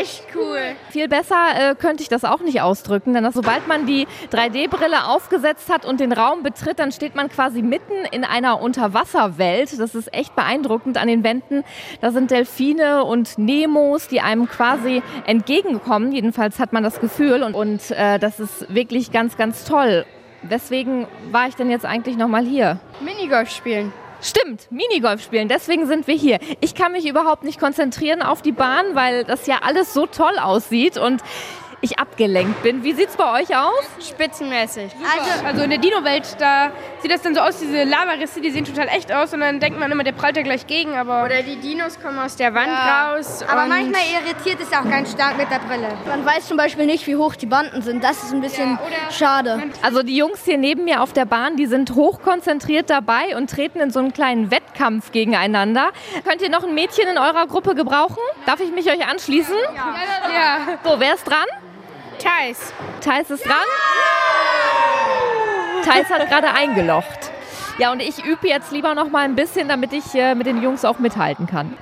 echt cool. Viel besser äh, könnte ich das auch nicht ausdrücken, denn sobald man die 3D-Brille aufgesetzt hat und den Raum betritt, dann steht man quasi mitten in einer Unterwasserwelt. Das ist echt beeindruckend an den Wänden. Da sind Delfine und Nemos, die einem quasi entgegenkommen. Jedenfalls hat man das Gefühl und, und äh, das ist wirklich ganz, ganz toll. Weswegen war ich denn jetzt eigentlich nochmal hier? Minigolf spielen. Stimmt, Minigolf spielen, deswegen sind wir hier. Ich kann mich überhaupt nicht konzentrieren auf die Bahn, weil das ja alles so toll aussieht und ich abgelenkt bin. Wie sieht's bei euch aus? Spitzenmäßig. Also, also in der Dino-Welt, da sieht das dann so aus, diese Lavarisse, die sehen total echt aus und dann denkt man immer, der prallt ja gleich gegen, aber... Oder die Dinos kommen aus der Wand Ja. raus. Aber und manchmal irritiert es auch ganz stark mit der Brille. Man weiß zum Beispiel nicht, wie hoch die Banden sind. Das ist ein bisschen schade. Also die Jungs hier neben mir auf der Bahn, die sind hochkonzentriert dabei und treten in so einen kleinen Wettkampf gegeneinander. Könnt ihr noch ein Mädchen in eurer Gruppe gebrauchen? Darf ich mich euch anschließen? Ja, So, wer ist dran? Thais. Thais ist dran. Thais hat gerade eingelocht. Ja, und ich übe jetzt lieber noch mal ein bisschen, damit ich äh, mit den Jungs auch mithalten kann.